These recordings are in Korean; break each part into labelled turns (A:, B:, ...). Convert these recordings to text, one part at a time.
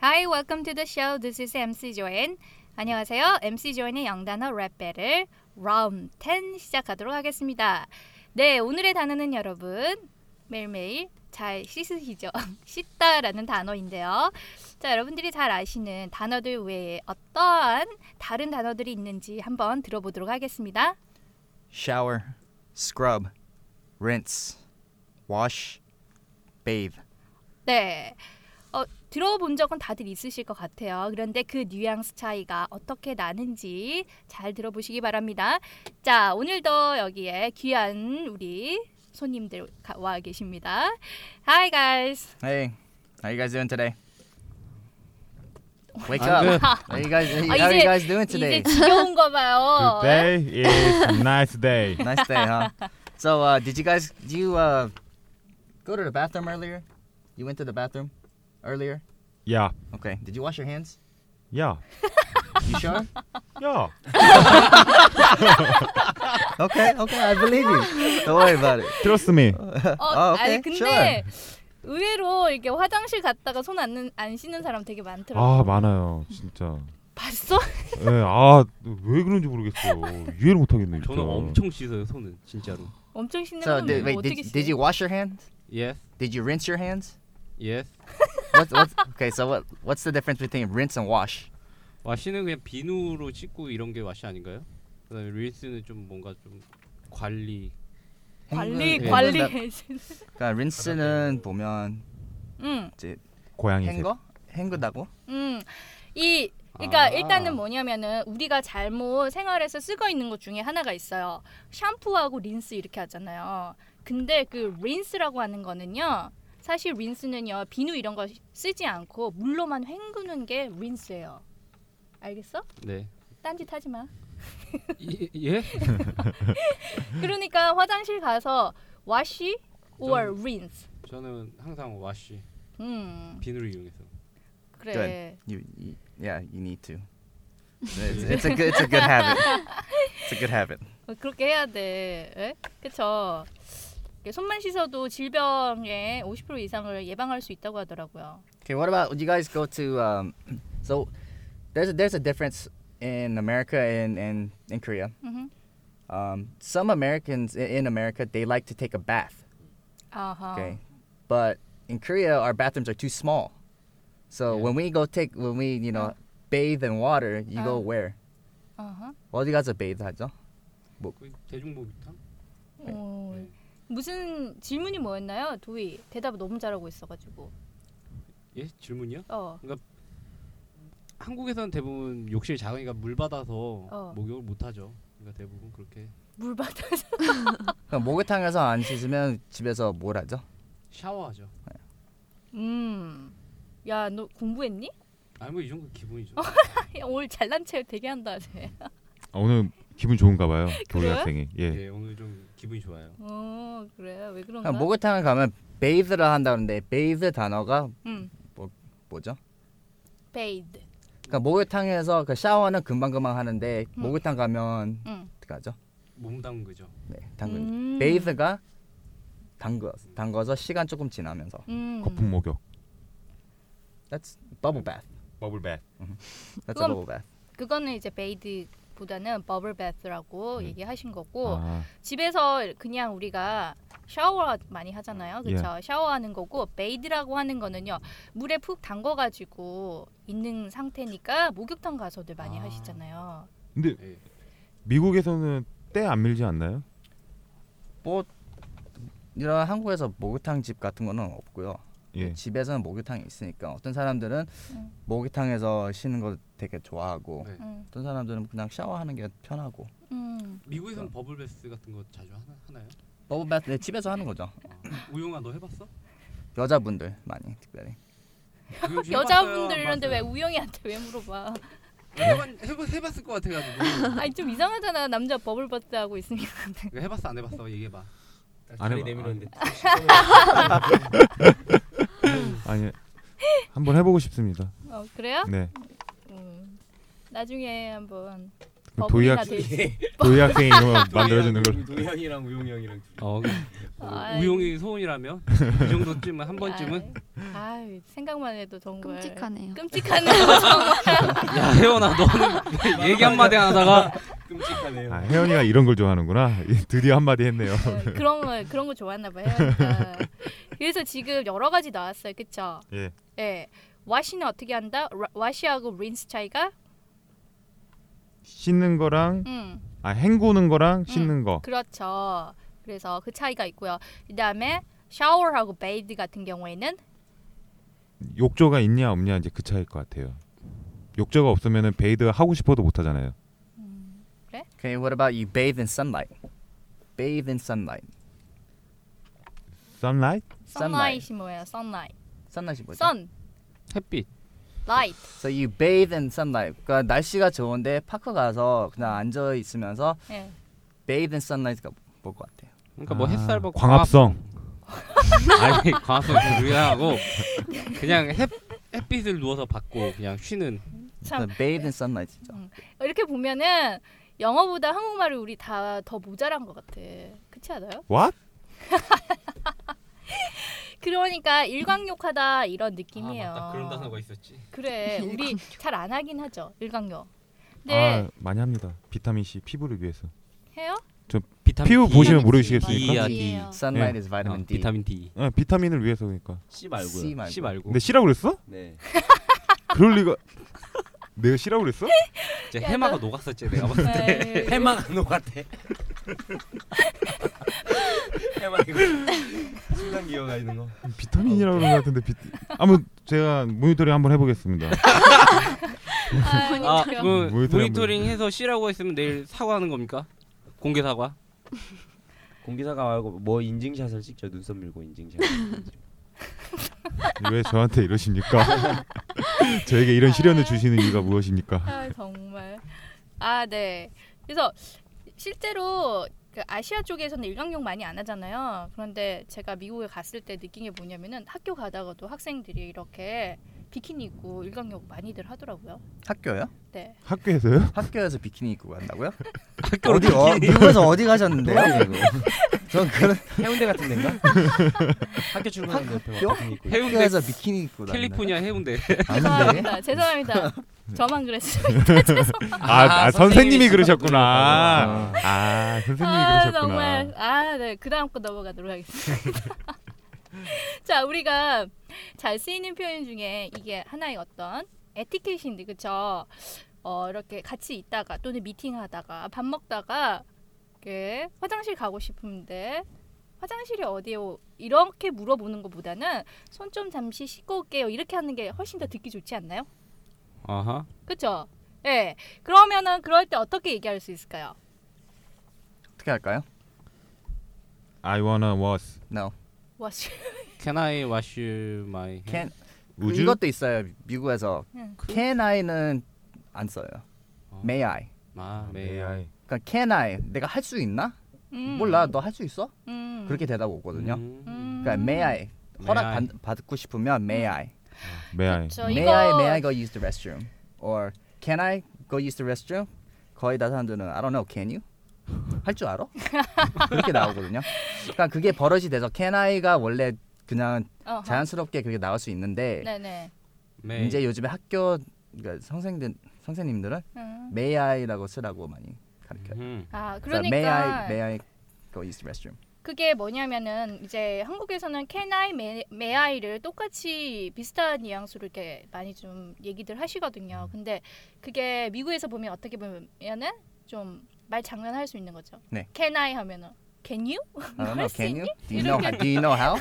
A: Hi, welcome to the show. This is MC 조엔. 안녕하세요. MC 조엔의 영단어 랩 배틀 라운드 10 시작하도록 하겠습니다. 네, 오늘의 단어는 여러분 매일매일 잘 씻으시죠. 씻다라는 단어인데요. 자, 여러분들이 잘 아시는 단어들 외에 어떠한 다른 단어들이 있는지 한번 들어보도록 하겠습니다.
B: shower, scrub, rinse, wash, bathe.
A: 네. 어, 들어본 적은 다들 있으실 것 같아요. 그런데 그 뉘앙스 차이가 어떻게 나는지 잘 들어보시기 바랍니다. 자, 오늘도 여기에 귀한 우리 손님들 가- 와 계십니다. Hi guys.
B: Hey, how you guys doing today? Wake
C: I'm
B: up.
C: good.
B: How you guys? How
A: 아, 이제-
B: you guys doing
A: 이제
B: today?
A: 지겨운 거 봐요.
C: Today is a nice day.
B: nice day, huh? So, uh, did you guys? Do you uh, go to the bathroom earlier? You went to the bathroom earlier.
C: Yeah,
B: Okay. Did you wash your hands?
C: yeah,
B: You sure?
C: yeah.
B: okay. Okay. I believe you. Don't worry about it.
C: Trust me.
A: 어,
B: 아, 오케이.
A: 아니 근데 의외로 이렇게 화장실 갔다가 손안안 안 씻는 사람 되게 많더라고.
C: 아 많아요, 진짜.
A: 봤어?
C: 예, 아왜 그런지 모르겠어요. 이해를 못 하겠네.
D: 저는 엄청 씻어요 손은 진짜로.
A: 엄청 씻는
B: So,
A: 사람
B: did, wait.
A: 어떻게
B: Did,
A: 씻어?
B: did you wash your hands?
D: Yes,
B: Did you rinse your hands?
D: yes.
B: What's, what's, okay. So, what? What's the difference between rinse and wash?
D: 와시는 그냥 비누로 씻고 이런 게 와시 아닌가요? 그다음에 릴스는 좀 뭔가 좀 관리.
A: 관리
B: 네,
D: 예.
A: 관리.
B: 그러니까 린스는 보면
A: 응.
C: 고양이 새.
B: 헹거? 헹구다고?
A: 음. 이 그러니까
D: 아.
A: 일단은 뭐냐면은 우리가 잘못 생활에서 쓰고 있는 것 중에 하나가 있어요. 샴푸하고 린스 이렇게 하잖아요. 근데 그 린스라고 하는 거는요. 사실 린스는요. 비누 이런 거 쓰지 않고 물로만 헹구는 게 린스예요. 알겠어?
D: 네.
A: 딴짓 하지 마.
D: 예? 예?
A: 그러니까 화장실 가서 wash or rinse.
D: 저는 항상 와시
A: 음.
D: 비누를 이용해서.
A: 그래.
B: Good. You, you, yeah, you need to. It's, it's a good, it's a good habit. It's a good habit.
A: 어, 그렇게 해야 돼. 예? 그쵸? 이게 손만 씻어도 질병의 50% 이상을 예방할 수 있다고 하더라고요.
B: Okay, what about would you guys go to? Um, so there's a, there's a difference in America and and in Korea.
A: Mhm.
B: Um, some Americans i- in America they like to take a bath.
A: 아하.
B: Okay, but in Korea our bathrooms are too small. So when we go take when we you
A: Oh.
B: know bathe in water, you go
A: Uh.
B: where?
A: 아하.
B: 어디 가서 bathe 하죠?
D: 거의 그 대중목욕탕?
A: 오. 네. 무슨 질문이 뭐였나요? 도희 대답 너무 잘하고 있어가지고.
D: 예? 질문이요?
A: 어.
D: 한국에서는 대부분 욕실 작으니까 물 받아서
A: 어.
D: 목욕을 못 하죠. 그러니까 대부분 그렇게
A: 물 받아서.
B: 그럼 목욕탕에서 안 씻으면 집에서 뭘 하죠?
D: 샤워하죠.
A: 음. 야, 너 공부했니?
D: 아니 뭐이 정도 기본이죠.
A: 야, 오늘 잘난 체 되게 한다. 네. 쟤.
C: 아, 오늘 기분 좋은가 봐요. 우리
A: 그래요?
C: 학생이. 예.
D: 예, 오늘 좀 기분이 좋아요.
A: 어, 그래. 왜 그런가?
B: 그냥 목욕탕을 가면 베이드라 한다는데 베이드 단어가
A: 음.
B: 뭐죠?
A: 베이드.
B: 그러니까 목욕탕에서 그 샤워는 금방금방 하는데
A: 음.
B: 목욕탕 가면
A: 응.
B: 어떻게 하죠?
D: 몸 담그죠.
B: 네, 당근.
A: 음.
B: 베이드가 담궈 담궈서 시간 조금 지나면서
A: 음.
C: 거품 목욕.
B: That's bubble bath.
C: 버블 배.
B: That's a
A: 그건-
B: bubble bath.
A: 그거는 이제 베이드보다는 버블 베스라고 얘기하신 거고
C: 아,
A: 집에서 그냥 우리가 샤워 많이 하잖아요.
C: 예.
A: 그렇죠? 샤워하는 거고 베이드라고 하는 거는요. 물에 푹 담궈 가지고 있는 상태니까 목욕탕 가서들 많이
D: 아.
A: 하시잖아요.
C: 근데
D: 예.
C: 미국에서는 때 안 밀지 않나요?
B: 뭐 이런 한국에서 목욕탕 집 같은 거는 없고요.
C: 예.
B: 집에서는 목욕탕이 있으니까 어떤 사람들은
A: 음.
B: 목욕탕에서 쉬는 거 되게 좋아하고
D: 네.
A: 음.
B: 어떤 사람들은 그냥 샤워하는 게 편하고
A: 음.
D: 미국에서는 버블베스 같은 거 자주 하나, 하나요?
B: 버블 바스 네, 집에서 하는 거죠.
D: 아, 우용아 너 해봤어?
B: 여자분들 많이 특별히.
D: 우용 씨
A: 여자분들
D: 해봤어요?
A: 이런데 왜
D: 맞아요.
A: 우영이한테 왜 물어봐?
D: 해봤, 해봤, 해봤을 것 같아가지고
A: 아니 좀 이상하잖아. 남자 버블 버스 하고 있으니까.
D: 이거 해봤어 안 해봤어 얘기해봐
C: 안
E: 다리
C: 해봐.
E: 내밀었는데
C: 아니 한번 해보고 싶습니다.
A: 어, 그래요?
C: 네.
A: 음. 나중에 한번 법이나
C: 도의학-
A: 되지.
C: 도의학생 이름을 만들어주는 걸.
E: 도희양이랑 우용이 형이랑
D: 어,
A: 아이.
D: 우용이 소원이라면 이 정도쯤은 한 번쯤은
A: 아, 아유, 생각만 해도 정말
F: 끔찍하네요.
A: 끔찍하네요. 정말.
D: 야 혜원아 너는 얘기 한마디 안 하다가
E: 끔찍하네요.
C: 아, 혜연이가 이런 걸 좋아하는구나. 드디어 한마디 했네요.
A: 그런 거 그런 거 좋아했나 봐요. 그러니까. 그래서 지금 여러 가지 나왔어요. 그쵸?
C: 예.
A: 예. 와시는 어떻게 한다? 라- 와시하고 린스 차이가?
C: 씻는 거랑
A: 음.
C: 아 헹구는 거랑 씻는 거.
A: 그렇죠. 그래서 그 차이가 있고요. 그다음에 샤워하고 베이드 같은 경우에는
C: 욕조가 있냐 없냐 이제 그 차이일 것 같아요. 욕조가 없으면은 베이드 하고 싶어도 못 하잖아요.
B: Okay, what about you bathe in sunlight? Bathe in sunlight.
C: Sunlight?
B: Sunlight.
A: sunlight이 뭐예요? sunlight.
B: sunlight이 뭐죠?
A: sun
D: 햇빛
A: light.
B: So you bathe in sunlight. 그러니까 날씨가 좋은데 파크 가서 그냥 앉아 있으면서
A: 예.
B: bathe in sunlight가 볼 것 같아요.
D: 그러니까 뭐
C: 아,
D: 햇살 뭐
C: 광합성.
D: 광합- 아니 광합성 유리하고 그냥 햇 햇빛을 누워서 받고 그냥 쉬는
A: 참 음.
B: 그래서 bathe in sunlight 진짜.
A: 이렇게 보면은 영어보다 한국말이 우리 다 더 모자란 것 같아. 그렇지 않아요?
C: What?
A: 그러니까 일광욕하다 이런 느낌이에요.
D: 아, 맞다. 그런 단어가 있었지
A: 그래, 우리 잘 안 하긴 하죠 일광욕.
C: 아
A: 근데
C: 많이 합니다. 비타민 C 피부를 위해서.
A: 해요?
D: 비타민
C: 피부
D: D.
C: 보시면
F: D.
C: 모르시겠습니까?
D: D야 D
F: D예요.
B: Sunlight is
D: 어,
B: vitamin D.
D: 비타민 D
C: 어, 비타민을 위해서 그러니까.
E: C 말고요.
B: C 말고.
D: C 말고
C: 근데 C라고 그랬어?
E: 네.
C: 그럴 리가. 내가 C라고 그랬어?
D: 이제 해마가 녹았었지 내가 봤을 때
B: 네.
A: 에이,
E: 해마가 녹았대. 해마 이거 순간 기어가 있는 거.
C: 비타민이라고 그런 것 같은데 비... 아무 제가 모니터링 한번 해보겠습니다.
A: 아유,
D: 아,
A: 웃겨.
D: 그
C: 모니터링
D: 모니터링 해서 C라고 했으면 내일 사과하는 겁니까? 공개 사과?
E: 공기사가 말고 뭐 인증샷을 찍죠. 눈썹 밀고 인증샷.
C: 왜 저한테 이러십니까? 저에게 이런 시련을 주시는 이유가 무엇입니까?
A: 아 정말. 아 네. 그래서 실제로 그 아시아 쪽에서는 일광욕 많이 안 하잖아요. 그런데 제가 미국에 갔을 때 느낀 게 뭐냐면은 학교 가다가도 학생들이 이렇게 비키니 입고 일광욕 많이들 하더라고요.
B: 학교요?
A: 네.
C: 학교에서요?
B: 학교에서 비키니 입고 간다고요?
D: 학교로 네.
B: 어디 어, 미국에서 어디 가셨는데요? 전 그런
E: 해운대 같은 데인가? 학교 출근하는 데 옆에
B: 학교?
E: 막 비키니 입고 있고.
D: 해운대
B: 학교에서 비키니 입고 다니나요?
D: 캘리포니아 해운대
A: 죄송합니다.
B: 아닌데.
A: 죄송합니다. 저만 그랬어요.
C: 아, 아, 선생님이 그러셨구나.
B: 아.
C: 아 선생님이
A: 아
C: 그러셨구나.
A: 정말 아네 그다음 거 넘어가도록 하겠습니다. 자 우리가 잘 쓰이는 표현 중에 이게 하나의 어떤 에티켓인데 그쵸? 어 이렇게 같이 있다가 또는 미팅하다가 밥 먹다가 이렇게 화장실 가고 싶은데 화장실이 어디요? 이렇게 물어보는 것보다는 손 좀 잠시 씻고 올게요 이렇게 하는 게 훨씬 더 듣기 좋지 않나요?
D: 아하
A: 그쵸? 예 그러면은 그럴 때 어떻게 얘기할 수 있을까요?
B: 어떻게 할까요?
C: I wanna was.
B: No.
A: 와 씨.
D: Can I wash my hand?
B: Can
C: 우주?
B: 이것도 있어요. 미국에서
A: 응.
C: 그
B: can I는 안 써요.
D: 어.
B: May I.
D: 아, 네.
B: 그러니까 can I 내가 할 수 있나?
A: 음.
B: 몰라. 너 할 수 있어?
A: 음.
B: 그렇게 대답 오거든요.
D: 음.
B: 그러니까 may I 허락
D: May I.
B: 받, 받고 싶으면 may I.
C: May I?
A: 그쵸, 어,
B: May
A: 이거
B: I may I go use the restroom or can I go use the restroom? 거의 다 사람들은 I don't know. Can you? 할 줄 알아? 그렇게 나오거든요. 그러니까 그게 버릇이 돼서 can I가 원래 그냥
A: 어허.
B: 자연스럽게 그렇게 나올 수 있는데
A: 네네.
D: May.
B: 이제 요즘에 학교 그러니까 선생들 선생님들은
A: 음.
B: may I라고 쓰라고 많이 가르쳐요.
D: 음.
A: 아
B: 그래서
A: 그러니까
B: may I may I go use the restroom.
A: 그게 뭐냐면은 이제 한국에서는 can I, may, may I를 똑같이 비슷한 뉘앙스로 이렇게 많이 좀 얘기들
B: 음.
A: 하시거든요. 근데 그게 미국에서 보면 어떻게 보면은 좀 말 장난할 수 있는 거죠.
B: 네.
A: can I 하면은 can you
B: I don't
A: 할수
B: know. Can you? Do
A: 이렇게.
B: you know how? Do you know how?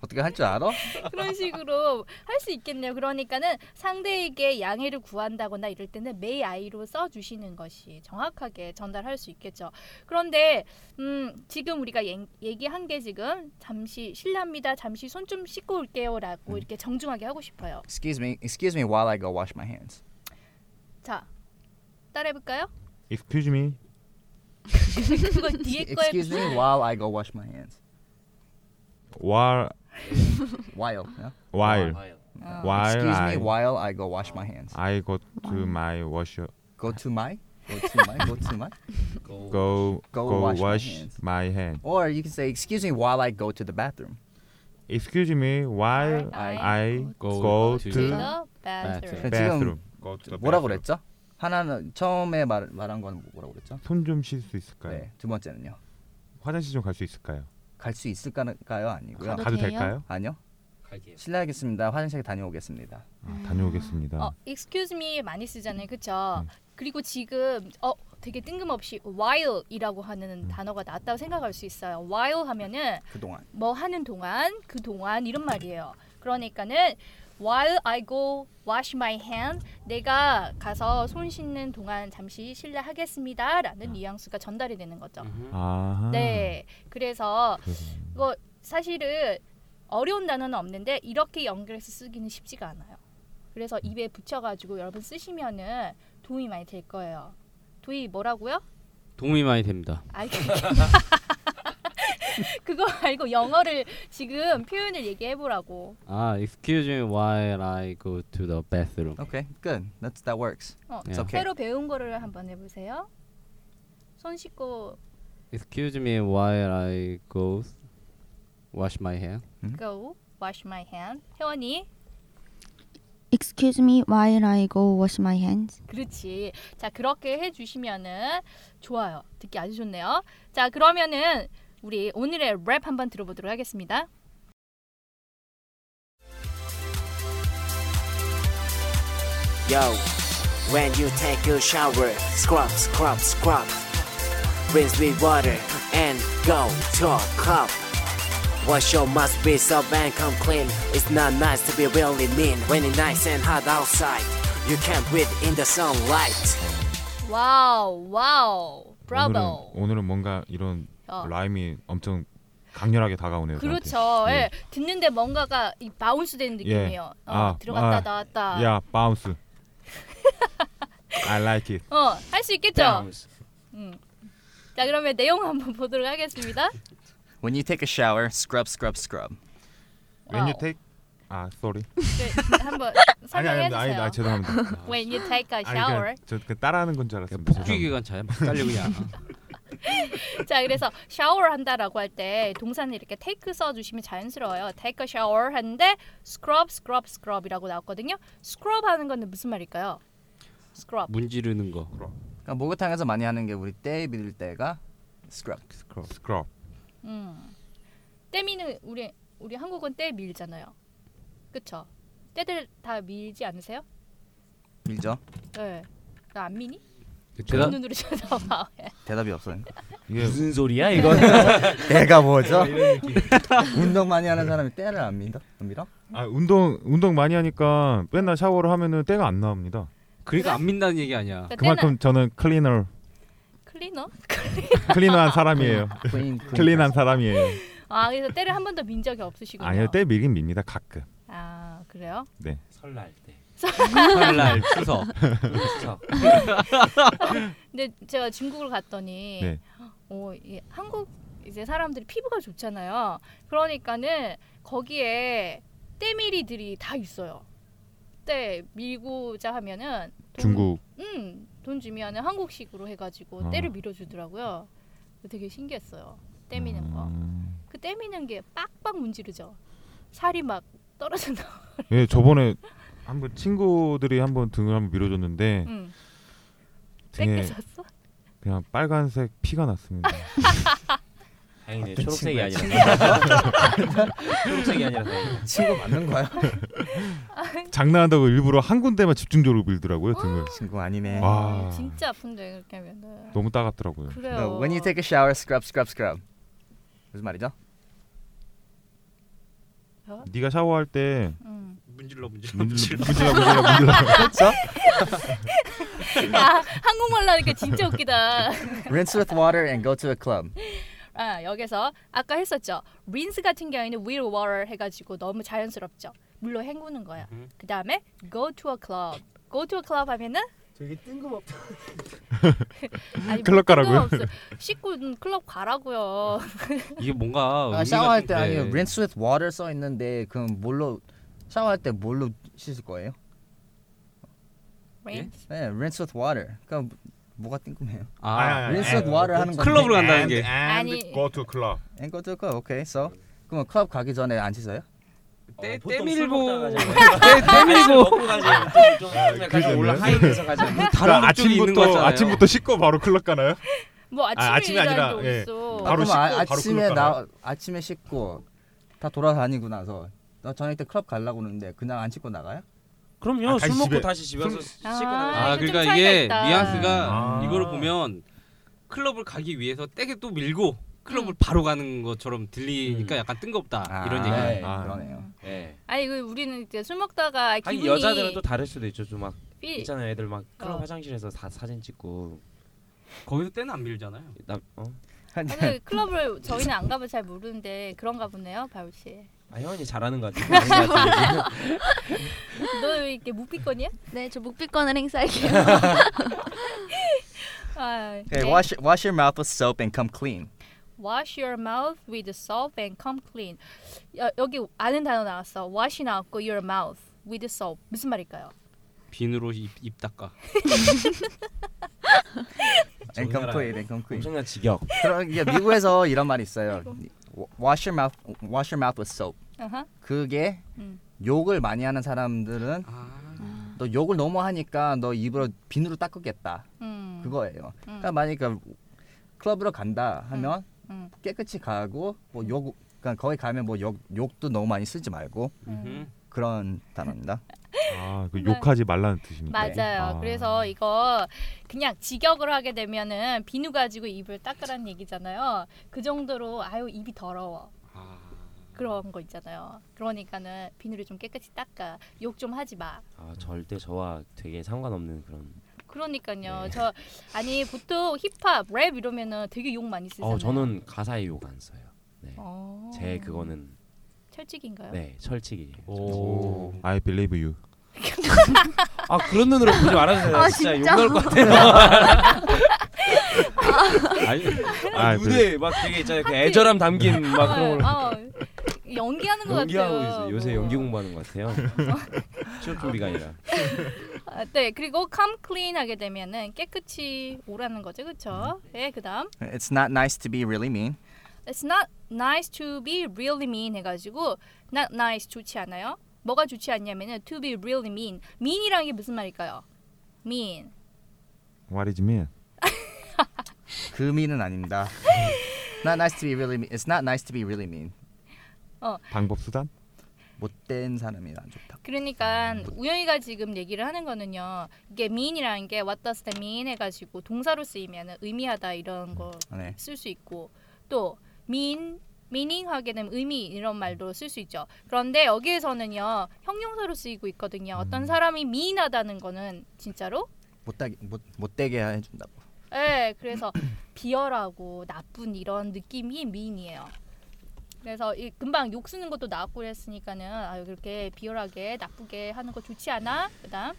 B: 어떻게 할 줄 알아?
A: 그런 식으로 할 수 있겠네요. 그러니까는 상대에게 양해를 구한다거나 이럴 때는 may I로 써 주시는 것이 정확하게 전달할 수 있겠죠. 그런데 음, 지금 우리가 얘- 얘기한 게 지금 잠시 실례합니다. 잠시 손 좀 씻고
B: 음.
A: 올게요라고 이렇게 정중하게 하고 싶어요.
B: Excuse me. Excuse me while I go wash my hands.
A: 자. 따라해 볼까요?
C: Excuse me.
A: 그거 뒤에 거에
B: Excuse me while I go wash my hands.
C: While
B: While. Yeah? 네.
C: while
A: 어.
C: while
B: Excuse me
C: I
B: while I go wash my hands.
A: 음.
C: I go to my washer.
B: Go to my Go to my, go to my.
C: Go
B: Go
C: go,
B: wash
C: wash,
B: my hands.
C: my hand.
B: Or you can say, excuse me while I go to the bathroom.
C: Excuse me, while
A: I
C: I
D: go
C: go,
D: to
C: to,
A: To
D: the-
C: the
B: 아,
A: the bathroom.
D: bathroom.
C: bathroom.
B: 뭐라 그랬죠? 하나는 처음에 말, 말한 건 뭐라고 그랬죠?
C: 손좀 쉴 수 있을까요?
B: 네, 두 번째는요.
C: 화장실 좀 갈 수 있을까요?
B: 갈 수 있을까요? 아니고요.
A: 가도
C: 가도
A: 돼요?
C: 될까요?
B: 아니요.
D: 갈게요.
B: 실례하겠습니다. 화장실 다녀오겠습니다.
C: 아, 다녀오겠습니다.
A: 음. 어, excuse me 많이 쓰잖아요, 그렇죠?
C: 음.
A: 그리고 지금 어 되게 뜬금없이 while이라고 하는 단어가 나왔다고 생각할 수 있어요. while 하면은
B: 그동안.
A: 뭐 하는 동안 그 동안 이런 말이에요. 그러니까는 while I go wash my hand 내가 가서 손 씻는 동안 잠시 실례하겠습니다라는 뉘앙스가 전달이 되는 거죠.
D: 음흠.
C: 아하.
A: 네, 그래서
C: 그래서
A: 이거 사실은 어려운 단어는 없는데 이렇게 연결해서 쓰기는 쉽지가 않아요. 그래서 입에 붙여가지고 여러분 쓰시면은 도움이 많이 될 거예요. 도이 뭐라고요?
D: 도움이 많이 됩니다.
A: 아, 그거 말고 영어를 지금 표현을 얘기해 보라고.
D: 아, excuse me while I go to the bathroom.
B: Okay, good. That's that works.
A: 어,
D: 예.
B: 어, It's okay.
A: 새로 배운 거를 한번 해보세요. 손 씻고
D: 예. Excuse me while I go wash my hand.
A: go wash my hand. 혜원이
F: Excuse me while I go wash my hands.
A: 그렇지. 자 그렇게 해주시면은 좋아요. 듣기 아주 좋네요. 자 그러면은 우리 오늘의 랩 한번 들어보도록 하겠습니다.
G: Yo, when you take a shower, scrub, scrub, scrub. Rinse with water and go to a club. Wash your must be so and come clean. It's not nice to be really mean when it's nice and hot outside. You can't breathe in the sunlight.
A: 와우 와우. 브라보.
C: 오늘은, 오늘은 뭔가 이런
A: 어.
C: 라임이 엄청 강렬하게 다가오네요.
A: 그렇죠.
C: 저한테.
A: 예. 듣는데 뭔가가 이 바운스 되는 느낌이에요. 어,
C: 아,
A: 들어갔다
C: 아,
A: 나왔다.
C: 예. 야, 바운스. I like it.
A: 어, 할 수 있겠죠? 음. 자, 그러면 내용 한번 보도록 하겠습니다.
B: When you take a shower, scrub, scrub, scrub.
C: When you
A: 와우.
C: take 아, sorry.
A: 네, 한번
C: 아니 아니
A: 설명해
C: 아니, 아니
A: 주세요.
C: 아, 죄송합니다.
A: When you take a
C: 아니, 그냥
A: shower.
C: 저그 따라하는 건 줄 알았습니다. 죄송합니다.
D: 폭기기관 차야. 막 달려 그냥.
A: 자, 그래서 샤워를 한다라고 할 때 동사는 이렇게 take 써 주시면 자연스러워요. take a shower 하는데 scrub scrub scrub이라고 나왔거든요. scrub 하는 건 무슨 말일까요? scrub.
D: 문지르는 거.
B: 그러니까 목욕탕에서 많이 하는 게 우리 때 밀 때가 scrub.
C: 스크럽. 스크럽.
A: 음. 때미는 우리 우리 한국은 때 밀잖아요. 그쵸? 때들 다 밀지 않으세요?
B: 밀죠?
A: 네. 나 안 미니? 그
D: 대답
A: 눈으로 쳐다봐.
B: 대답이 없어요.
C: 이게
E: 무슨 소리야 이거?
B: 내가 뭐죠? 운동 많이 하는 사람이 때를 안 믿어? 안 믿어?
C: 아, 운동 운동 많이 하니까 맨날 샤워를 하면은 때가 안 나옵니다.
D: 그러니까 안 민다는 얘기 아니야.
A: 때는
C: 그만큼 저는 클리너
A: 클리너?
C: 클리너한 사람이에요.
B: clean, clean.
C: 클린한 사람이에요.
A: 아 그래서 때를 한 번도 민 적이 없으시군요.
C: 아니요, 때 밀긴 밉니다. 가끔.
A: 아 그래요?
E: 설날 때.
D: 설날 추석.
E: 추석.
A: 근데 제가 중국을 갔더니
C: 네.
A: 어, 이 한국 이제 사람들이 피부가 좋잖아요. 그러니까는 거기에 때밀이들이 다 있어요. 때 밀고자 하면은 돈-
C: 중국
A: 음, 돈 주면은 한국식으로 해가지고
C: 어.
A: 때를 밀어주더라고요. 되게 신기했어요. 때미는 거.
C: 음.
A: 그 때미는 게 빡빡 문지르죠. 살이 막 떨어져 나.
C: 예, 저번에 한번 친구들이 한번 등을 한번 밀어줬는데
A: 응.
C: 등에
A: 뺏겼었어?
C: 그냥 빨간색 피가 났습니다.
E: 다행이네.
B: 어떤
E: 초록색이
B: 친구야,
E: 아니라. 초록색이 아니라. 다행이네.
B: 친구 맞는 거야?
C: 장난한다고 일부러 한 군데만 집중적으로 밀더라고요 등을.
B: 친구 아니네.
C: 와
A: 음, 진짜 아픈데 그렇게 하면은.
C: 너무 따갑더라고요.
A: 그래요.
B: No, 어, when you take a shower, scrub, scrub, scrub. 무슨 말이죠?
C: 네가 샤워할 때
A: 음.
D: 문질러 문질러.
C: 문질러 문질러 문질러 문질러.
B: 그렇죠?
A: 야, 아, 한국말로 하니까 진짜 웃기다.
B: Rinse with water and go to a club.
A: 아, 여기서 아까 했었죠. 린스 같은 경우에는 will water 해가지고 너무 자연스럽죠. 물로 헹구는 거야.
D: 음.
A: 그 다음에 go to a club. go to a club 하면은 되게 뜬금없다. 아니, 뭐
C: 클럽 가라고요?
A: 뜬금없어. 씻고 음, 클럽 가라고요.
D: 이게 뭔가
B: 아,
D: 의미가
B: 샤워할 때
D: 좀-
B: 아니요.
D: 어, 네.
B: Rinse with water 써 있는데 그럼 뭘로 샤워할 때 뭘로 씻을 거예요?
A: 린스. 네?
B: 네, rinse with water. 그러니까 뭐가 뜬금해요?
D: 아,
B: rinse with water 하는 건데.
D: 클럽으로 간다는 게.
A: 아니.
H: 아니. go to club.
B: 앵커 뜰거 오케이. So 그럼 클럽 가기 전에 안 씻어요?
D: 떼-
E: 어, 보통 술
D: 떼밀고
E: 먹다가 가잖아요.
D: 떼- 떼밀고
E: 먹고 가지. 좀 약간
C: 그러겠네.
E: 올라 하이에서 가지.
D: 다른
C: 그러니까
D: 쪽이 있는 거
H: 아침부터
D: 그러니까 같잖아요.
H: 아침부터 씻고 바로 클럽 가나요?
A: 뭐
H: 아, 아침이 아니라, 예.
A: 있어.
H: 바로
B: 그럼 아,
H: 씻고 바로
B: 아침에
H: 클럽
B: 나 아침에 씻고 다 돌아다니고 나서 나 저녁 때 클럽 가려고 그러는데 그냥 안 씻고 나가요?
E: 그럼요.
H: 아,
E: 술
H: 다시
E: 먹고
H: 집에.
E: 다시 집에서
H: 술-
E: 씻고
A: 아,
D: 아,
E: 나가.
A: 이거 좀
D: 그러니까
A: 차이가
D: 이게
A: 있다.
D: 뉘앙스가
H: 아.
D: 이거를 보면 클럽을 가기 위해서 떼게 또 밀고 클럽을
A: 음.
D: 바로 가는 것처럼 들리니까
E: 음.
D: 약간 뜬금없다
B: 아,
D: 이런 얘기.
B: 네,
C: 아.
B: 그러네요.
E: 예.
A: 아니 이거 우리는 이제 술 먹다가
E: 아니
A: 기분이
E: 여자들은 또 다를 수도 있죠. 좀막
A: 삐-
E: 있잖아요. 애들 막 클럽
A: 어.
E: 화장실에서 다 사진 찍고.
D: 거기서 떼는 안 밀잖아요.
E: 나 어?
A: 아니,
B: 네,
A: 그 클럽을 저희는 안 가면 잘 모르는데 그런가 보네요, 바울 씨.
E: 아 형이 잘하는 것 같아. 잘하는 것 같은데.
A: 너 왜 이렇게 무피권이야?
F: 네, 저 묵비권을 행사할게요.
A: 아,
B: Okay, 네, wash wash your mouth with soap and come clean.
A: wash your mouth with soap and come clean. 여, 여기 아는 단어 나왔어. wash 나왔고 your mouth with soap 무슨 말일까요?
D: 비누로 입, 입 닦아.
B: And come
E: 정나라.
B: clean, and come clean.
E: 엄청난 직역.
B: 그럼 이게 미국에서 이런 말이 있어요. wash your mouth wash your mouth with soap.
A: 아하.
B: 그게
A: 음.
B: 욕을 많이 하는 사람들은
D: 아,
B: 너 욕을 너무 하니까 너 입으로 비누로 닦겠다
A: 음.
B: 그거예요.
A: 음.
B: 그러니까 만약에 클럽으로 간다 하면
A: 음.
B: 깨끗이 가고 뭐욕 그러니까 거기 가면 뭐 욕 욕도 너무 많이 쓰지 말고
D: 음.
B: 그런 단어입니다.
C: 아,
F: 그러니까
C: 그 욕하지 말라는
B: 네.
C: 뜻입니까?
A: 맞아요.
C: 아.
A: 그래서 이거 그냥 직역을 하게 되면은 비누 가지고 입을 닦으라는 얘기잖아요. 그 정도로 아유 입이 더러워
D: 아.
A: 그런 거 있잖아요. 그러니까는 비누를 좀 깨끗이 닦아 욕 좀 하지 마.
E: 아 절대 저와 되게 상관없는 그런.
A: 그러니까요.
E: 네.
A: 저 아니 보통 힙합 랩 이러면은 되게 욕 많이 쓰잖아요.
E: 어 저는 가사에 욕 안 써요. 네.
A: 어.
E: 제 그거는
A: 철칙인가요?
E: 네 철칙이에요.
D: 오.
C: I believe you.
E: 아 그런 눈으로 보지 말아주세요.
F: 아,
E: 진짜
F: 진짜?
E: 욕할 것 같아요. 아니,
C: 아,
F: 그러니까
E: 아, 무대 막 되게 있잖아요. 그 애절함 담긴 막
A: 어,
E: 그런 걸
A: 어, 연기하는 것
E: 네. 연기하고
A: 같아요.
E: 있어요. 요새
A: 뭐.
E: 연기 공부하는 것 같아요. 취업 준비가 아니라.
A: 아, 네 그리고 come clean 하게 되면은 깨끗이 오라는 거죠, 그렇죠? 네 그다음
B: It's not nice to be really mean.
A: it's not nice to be really mean 해가지고 not nice 좋지 않아요. 뭐가 좋지 않냐면은 to be really mean. mean이란 게 무슨 말일까요? mean.
C: What is mean?
B: 금이는 아닙니다. not nice to be really mean. It's not nice to be really mean.
C: 방법 수단?
B: 못된 사람이 안 좋다.
A: 그러니까 우영이가 지금 얘기를 하는 거는요. 이게 mean이라는 게 what does that mean 해가지고 동사로 쓰이면은 의미하다 이런 거
B: 네.
A: 쓸 수 있고 또 mean meaning 하게 되면 의미 이런 말도 쓸 수 있죠. 그런데 여기에서는요 형용사로 쓰이고 있거든요. 어떤 사람이 mean하다는 거는 진짜로
B: 못되게 못 못되게 해준다고.
A: 예 그래서 비열하고 나쁜 이런 느낌이 mean이에요. 그래서 이 금방 욕 쓰는 것도 나왔고 했으니까는 아 이렇게 비열하게 나쁘게 하는 거 좋지 않아? 그다음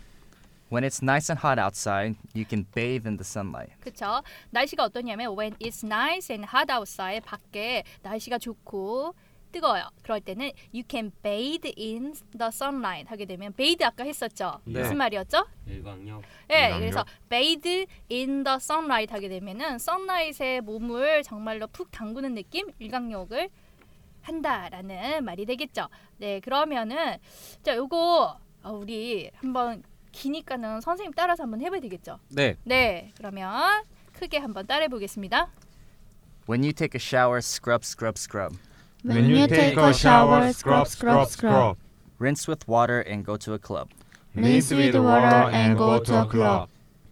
B: When it's nice and hot outside, you can bathe in the sunlight.
A: 그쵸? 날씨가 어떠냐면 when it's nice and hot outside 밖에 날씨가 좋고 뜨거워요. 그럴 때는 you can bathe in the sunlight 하게 되면 bathe 아까 했었죠.
D: 네.
A: 무슨 말이었죠?
E: 일광욕.
A: 예,
C: 일광욕.
A: 그래서 bathe in the sunlight 하게 되면은 sunlight에 몸을 정말로 푹 담그는 느낌, 일광욕을 한다라는 말이 되겠죠. 네, 그러면은 자 요거 어, 우리 한번 기니까는 선생님 따라서 한번 해봐야 되겠죠.
D: 네.
A: 네, 그러면 크게 한번 따라해 보겠습니다.
B: When you take a shower, scrub, scrub, scrub.
F: When you take a shower, scrub, scrub, scrub.
B: Rinse with water and go to a club.
F: Rinse with water and go to a club.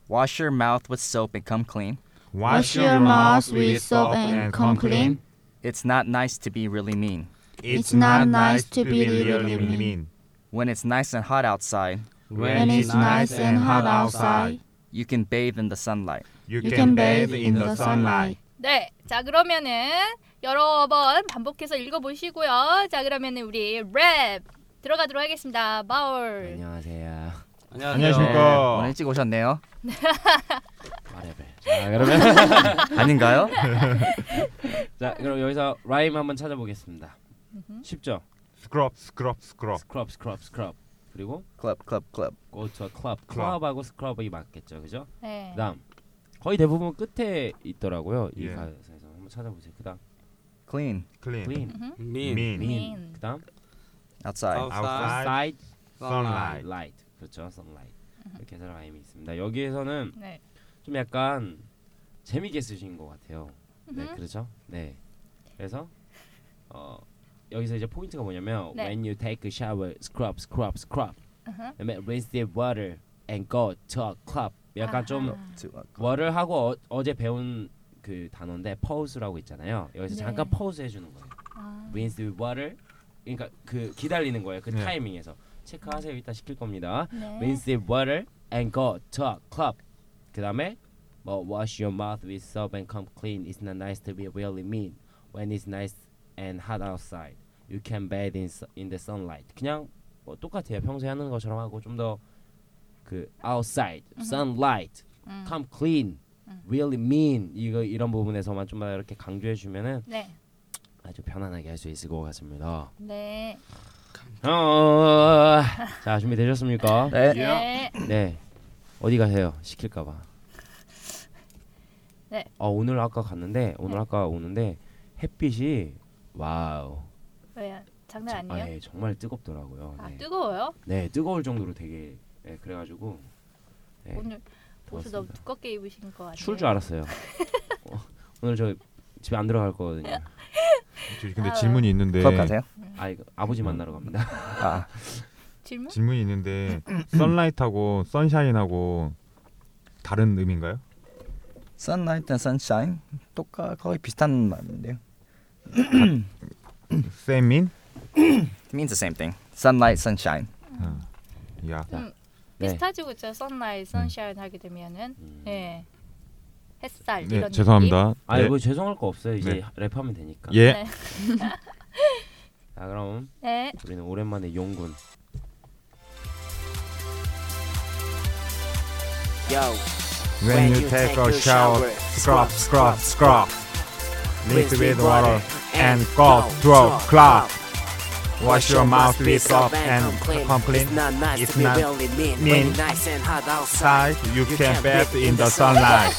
B: Wash your mouth with soap and come clean.
F: Wash your mouth with soap and come clean.
B: It's not nice to be really mean.
F: It's not nice to be really mean.
B: When it's nice and hot outside,
F: When it's nice and hot outside,
B: you can bathe in the sunlight.
H: You
F: you can bathe in the sunlight.
A: 네, 자 그러면은 여러 번 반복해서 읽어보시고요. 자 그러면은 우리 랩 들어가도록 하겠습니다.
E: 네.
A: 바울.
E: 안녕하세요.
H: 안녕하십니까.
B: 네,
H: 어.
B: 오늘 일찍 오셨네요.
E: 마레벨. 자 그러면
B: 아닌가요?
E: 자 그럼 여기서 라임 한번 찾아보겠습니다. 쉽죠?
H: Scrub, scrub, scrub.
E: 스크럽 스크럽 스크럽. 그리고
B: club, club, club.
E: go to a club. 클럽하고 스크럽이 맞겠죠, 그죠?
A: 네.
E: 그다음 거의 대부분 끝에 있더라고요. 이
H: 예.
E: 가사에서 한번 찾아보세요. 그다음
B: clean
C: 예.
H: clean
E: clean,
D: 민.
H: mean
A: mean.
E: 그다음
B: outside.
D: 아우.
H: outside
E: outside
H: sunlight
E: light 그렇죠, sunlight 이렇게 해서 라임이 있습니다. 여기에서는
A: 네.
E: 좀 약간 재미있게 쓰신 것 같아요. 네,
A: 음흠.
E: 그렇죠. 네. 그래서 어 여기서 이제 포인트가 뭐냐면
A: 네.
E: when you take a shower, scrub, scrub, scrub,
A: 으흠.
E: and then rinse the water and go to a club. 약간 좀
A: 아하.
B: To uh, a club.
E: 뭐를 하고 어, 어제 배운 그 단어인데 pause라고 있잖아요. 여기서
A: 네.
E: 잠깐 pause 해주는 거예요.
A: 아.
E: rinse the water. 그러니까 그 기다리는 거예요. 그
C: 네.
E: 타이밍에서 체크하세요. 이따 시킬 겁니다.
A: 네.
E: rinse the water and go to a club. 그다음에 뭐 wash your mouth with soap and come clean. It's not nice to be really mean when it's nice and hot outside. You can bathe in, su- in the sunlight. 그냥 뭐 똑같아요. 평소에 하는 것처럼 하고 좀 더 그 outside, sunlight,
A: 음.
E: come clean, really mean 이거 이런 부분에서만 좀 더 이렇게 강조해 주면은
A: 네.
E: 아주 편안하게 할 수 있을 것 같습니다.
A: 네.
E: 어, 자 준비 되셨습니까?
B: 네.
A: 네.
E: 네. 어디 가세요? 시킬까 봐.
A: 네.
E: 아, 오늘 아까 갔는데 오늘
A: 네.
E: 아까 오는데 햇빛이 와우.
A: 왜요? 장난
E: 아,
A: 네, 아니에요?
E: 예, 정말 뜨겁더라고요.
A: 아,
E: 네.
A: 뜨거워요?
E: 네, 뜨거울 정도로 되게 예, 그래 가지고 네.
A: 오늘 옷을 너무
E: 더웠습니다.
A: 두껍게 입으신 거 아니에요?
E: 추울 줄 알았어요. 어, 오늘 저 집에 안 들어갈 거거든요.
C: 저 근데
A: 아,
C: 질문이 있는데
B: Club 가세요?
A: 음.
E: 아, 이거 아버지 만나러 갑니다.
B: 아,
A: 질문?
C: 질문이 있는데 선라이트하고 선샤인하고 다른 의미인가요?
B: sunlight and sunshine 똑같 거의 비슷한 말인데요.
C: 세민?
B: It means the same thing. Sunlight, sunshine.
C: 어. 야.
E: 네.
A: 비슷하지 그죠? 선라이, 선샤인 하게 되면은
E: 음.
A: 예. 햇살
C: 네,
A: 이런
C: 죄송합니다.
E: 아,
C: 네.
E: 이거 죄송할 거 없어요. 이제
C: 네.
E: 랩하면 되니까.
C: 예.
A: 네.
E: 자, 그럼
A: 느낌? 네.
E: 우리는 오랜만에 용군.
G: Yo,
H: When you take a shower, scrub, scrub, scrub. Mix with water and go to a club. Wash your mouth with soap and come clean.
G: It's not nice
H: It's
G: to be
H: not
G: really mean,
H: mean.
G: when it's nice and hot outside.
H: Outside, you can bathe in the sunlight.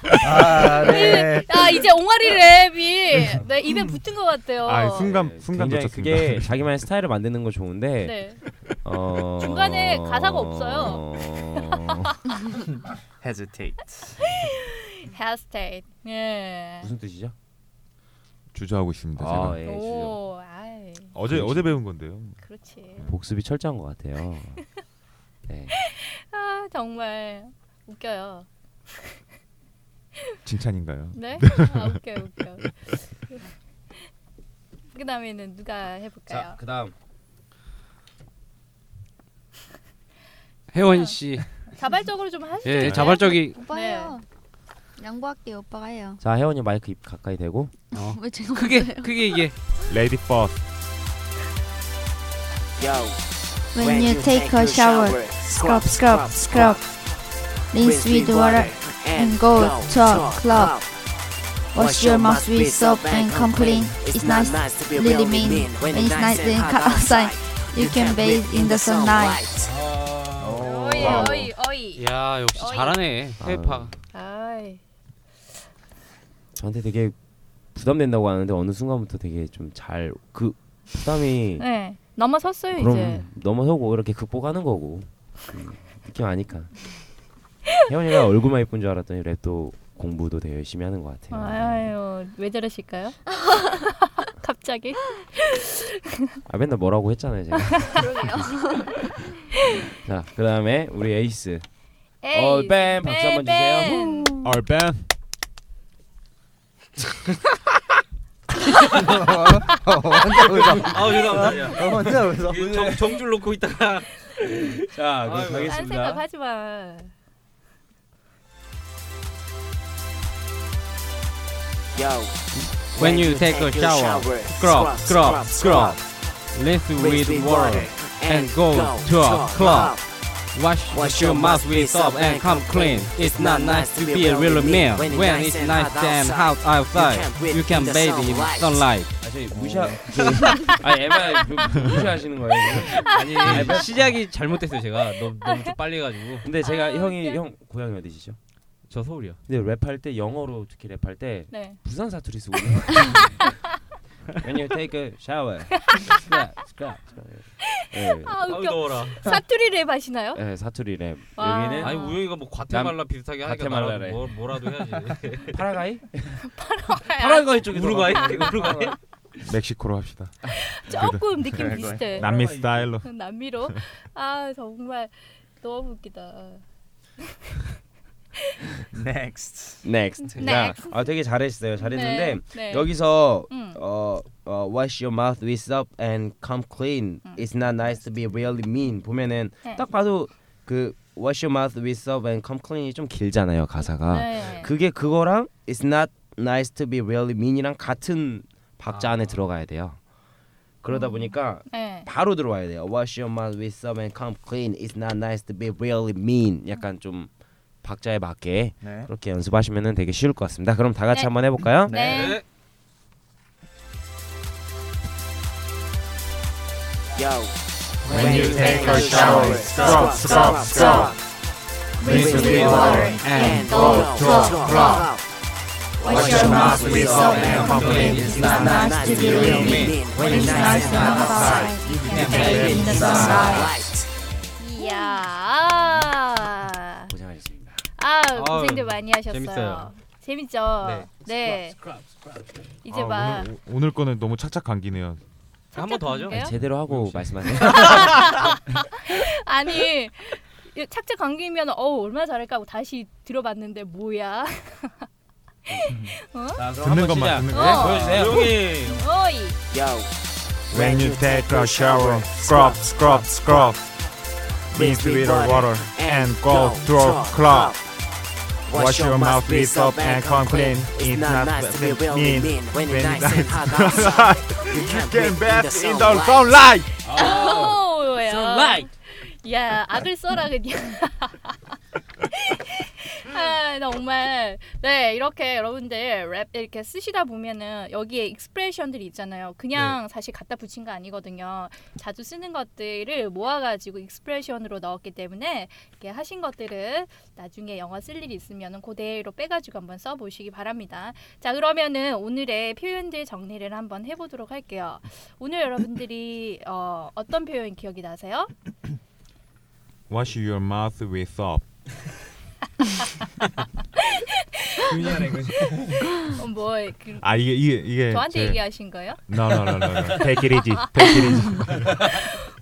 B: 아, 네.
A: 아 이제 옹알이 랩이 내
E: 음.
A: 입에 붙은 것 같아요.
C: 아, 순간
E: 네,
C: 순간
E: 굉장히
C: 놓쳤습니다.
E: 그게 자기만의 스타일을 만드는 거 좋은데
A: 네.
E: 어...
A: 중간에 가사가 없어요.
B: hesitate.
A: 헤어스타일. 예.
E: 아, 무슨 뜻이죠?
C: 주저하고 있습니다.
E: 아,
C: 제가.
E: 예, 주죠.
A: 오, 아이,
C: 어제 어제 배운 건데요.
A: 그렇지.
E: 복습이 철저한 것 같아요. 네.
A: 아 정말 웃겨요.
C: 칭찬인가요?
A: 네? 아 웃겨 웃겨. 그다음에는 누가 해볼까요?
E: 자, 그다음
D: 혜원 씨.
A: 자발적으로 좀 하시죠.
D: 예, 자발적인
F: 오빠예요. 양보할게요. 오빠가 해요.
E: 자 혜원이 마이크 입 가까이 대고
D: 어.
F: 왜 제가
D: 크게
F: 먼저예요?
D: 크게 이게
C: 레이디 퍼스.
G: Yo,
F: When you take a shower, scrub, scrub, scrub. Rinse with water. and go to a club. Wash your mouth with soap and come clean. It's nice.
G: to be
F: really mean. When it's nice and hot outside, You can bathe in the sunlight.
A: 어이
B: 와우.
A: 어이
E: 예.
A: 어이.
D: 야, 아, 역시
A: 어이.
D: 잘하네.
E: 아유.
D: 해파.
A: 아이.
E: 저한테 되게 부담된다고 하는데 어느 순간부터 되게 좀 잘 그 부담이
A: 네. 넘어섰어요
E: 그럼 네.
A: 이제.
E: 넘어서고 이렇게 극복하는 거고 음, 느낌 아니까 혜원이가 얼굴만 예쁜 줄 알았더니 랩도 공부도 되게 열심히 하는 것 같아요.
A: 아유 왜 저러실까요? 갑자기.
E: 아 맨날 뭐라고 했잖아요 제가. 자 그다음에 우리 에이스.
A: 에이,
E: 얼뱀 어, 박수 한번 주세요.
A: 뱀.
C: 얼벤.
B: 혼자 웃어.
D: 아, 죄송합니다.
B: 혼자 웃어.
D: 정, 정줄 놓고 있다가
E: 자
D: 아유,
E: 그럼
A: 딴
E: 가겠습니다.
A: 생각 하지 마. 네.
G: Yo,
D: When you take a shower, scrub, scrub, scrub. Rinse with water and go to a club. Wash, wash your mouth with soap and come clean. It's not nice to be a real man when it's nice and hot outside. You can bathe in sunlight.
E: 아 저희 무시하. 그- 아니 에마 그 무시하시는 거예요. 지금?
D: 아니 뭐 시작이 잘못됐어요 제가 너무 너무 좀 빨리 해가지고
E: 근데 제가 형이 형 고향이 어디시죠?
D: 저 서울이요.
E: 근데 랩할 때 영어로 특히 랩할 때
A: 네.
E: 부산 사투리 쓰고 있는 When you take a shower scrub scrub 예.
A: 아
D: 아우
A: 웃겨.
D: 더워라.
A: 사투리 랩 하시나요?
E: 예, 사투리 랩
A: 와.
E: 여기는
D: 아니 우영이가 뭐 과테말라 비슷하게 하니까 나라도
E: 과테말라래.
D: 뭐, 뭐라도 해야지.
E: 파라가이?
D: 파란가이 쪽에 우루과이? 우루과이?
C: 멕시코로 합시다.
A: 조금 느낌 비슷해.
C: 남미 스타일로.
A: 남미로. 아 정말 너무 웃기다.
B: Next.
E: Next. 자,
A: Next.
E: 아 되게 잘했어요. 잘했는데
A: 네, 네.
E: 여기서
A: 음.
E: 어, 어 wash your mouth with soap and come clean. It's not nice to be really mean. 보면은
A: 음. 네.
E: 딱 봐도 그 wash your mouth with soap and come clean이 좀 길잖아요 가사가.
A: 네.
E: 그게 그거랑 it's not nice to be really mean이랑 같은 박자 안에 들어가야 돼요. 그러다 보니까
A: 네.
E: 바로 들어와야 돼요. Wash your mouth with soap and come clean. It's not nice to be really mean. 약간 좀 박자에 맞게
B: 네.
E: 그렇게 연습하시면 되게 쉬울 것 같습니다. 그럼 다 같이
A: 네.
E: 한번 해볼까요?
A: 네.
D: 네.
G: Yo,
H: When you take a shower, scrub, scrub, scrub. Rinse with water and go to a club.
F: Wash your mouth
H: with soap and complain.
F: It's not nice to be real
G: mean.
F: When it's nice and outside, you can bathe in the sunlight.
G: Light.
A: 이야. 아
E: 고생하셨습니다.
A: 고생들 많이 하셨어요.
D: 재밌어요.
A: 재밌죠.
D: 네.
A: 네. 이제
C: 아,
A: 막
C: 오늘, 오- 오늘 거는 너무 착착 감기네요.
D: 한 번 더 하죠.
A: 착각인가요?
E: 제대로 하고 말씀하세요.
A: 아니 이 착즙 감기면 어우 얼마나 잘할까 하고 다시 들어봤는데 뭐야
E: 자, 그럼
C: 듣는
E: 한번
C: 것만
E: 시작.
C: 듣는
A: 거. 어.
E: 네, 보여주세요.
D: 우영이
A: 어이
G: Yo,
H: When you take a shower, scrub, scrub, scrub. Rinse with water and go to a club.
G: Wash your mouth with soap and come clean. It's not nice to be really
H: mean.
G: mean when
H: When
G: it's nice
H: it's
G: and hot outside. You
H: Get
G: can
H: back
G: bathe
H: in the sunlight.
A: 어우야
E: Sunlight.
A: 야 악을 써라 그냥 아 정말 네 이렇게 여러분들 랩 이렇게 쓰시다 보면은 여기에 익스프레션들이 있잖아요
E: 네.
A: 그냥 사실 갖다 붙인 거 아니거든요 자주 쓰는 것들을 모아가지고 익스프레션으로 넣었기 때문에 이렇게 하신 것들은 나중에 영어 쓸 일이 있으면은 그대로 빼가지고 한번 써보시기 바랍니다 자 그러면은 오늘의 표현들 정리를 한번 해보도록 할게요 오늘 여러분들이 어, 어떤 표현 기억이 나세요?
C: Wash your mouth with soap.
A: 어, 뭐 그,
C: 아 이게 이게 이게
A: 저한테
C: 제-
A: 얘기하신 거예요?
C: No no no no. no.
H: Take it easy. Take it easy.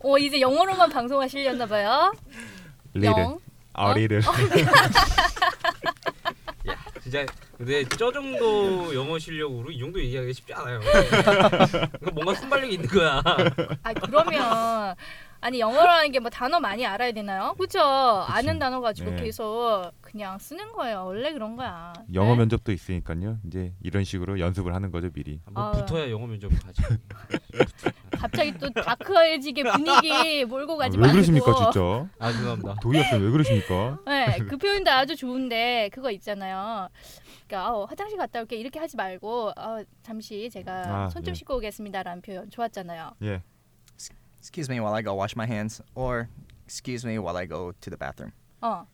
A: 어 이제 영어로만 방송하시려나 봐요.
C: Little.
A: 영.
C: 아 little.
D: 진짜 근데 저 정도 영어 실력으로 이 정도 얘기하기 쉽지 않아요. 이거 뭔가 순발력이 있는 거야.
A: 아 그러면 아니 영어라는 게 뭐 단어 많이 알아야 되나요? 그죠? 아는 단어 가지고
C: 네.
A: 계속 그냥 쓰는 거예요. 원래 그런 거야.
C: 영어
A: 네?
C: 면접도 있으니까요. 이제 이런 식으로 연습을 하는 거죠 미리.
D: 뭐
A: 아.
D: 붙어야 영어 면접 가지.
A: 네. 갑자기 또 다크해지게 분위기 몰고
C: 아,
A: 가지
C: 왜
A: 말고.
C: 그러십니까 진짜?
D: 아 죄송합니다.
C: 도희 학생 왜 그러십니까?
A: 네, 그 표현도 아주 좋은데 그거 있잖아요. 그러니까 어, 화장실 갔다 올게 이렇게 하지 말고 어, 잠시 제가
C: 아,
A: 손 좀
C: 예.
A: 씻고 오겠습니다라는 표현 좋았잖아요.
C: 예.
B: Excuse me while I go wash my hands, or excuse me while I go to the bathroom.
A: 어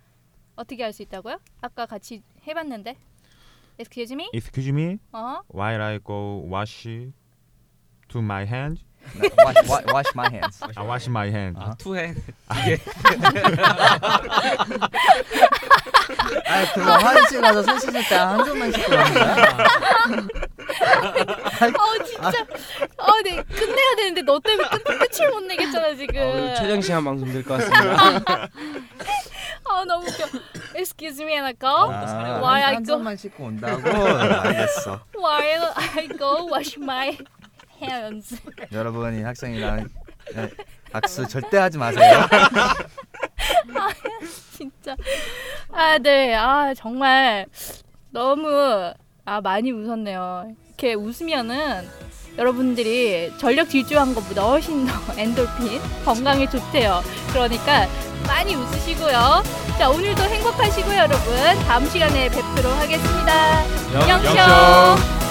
A: 어떻게 할 수 있다고요? 아까 같이 해봤는데 Excuse me?
C: Excuse me.
A: 어?
C: While I go wash to my hand.
B: No, wash, wa- wash my hands.
C: I wash my hand.
D: 아 투행.
B: 아 그럼 화장실 가서 손 씻을 때 한 손만 씻고 가는 거야?
A: 어 진짜 어, 네 끝내야 되는데 너 때문에 끝, 끝을 못 내겠잖아 지금
E: 아, 오늘 최장 시간 방송 될 것 같습니다.
A: 아 너무 웃겨 Excuse me and I go
B: 아,
A: Why I
B: 한
A: go-
B: 손만 씻고 온다고? 네, 알겠어.
A: While I go wash my hands
B: 여러분이 학생이랑 네, 악수 절대 하지 마세요.
A: 진짜 아네아 정말 너무 아 많이 웃었네요 이렇게 웃으면은 여러분들이 전력 질주한 것보다 훨씬 더 엔돌핀 건강에 좋대요 그러니까 많이 웃으시고요 자 오늘도 행복하시고요 여러분 다음 시간에 뵙도록 하겠습니다
E: 영-
A: 영쇼
E: 영쇼.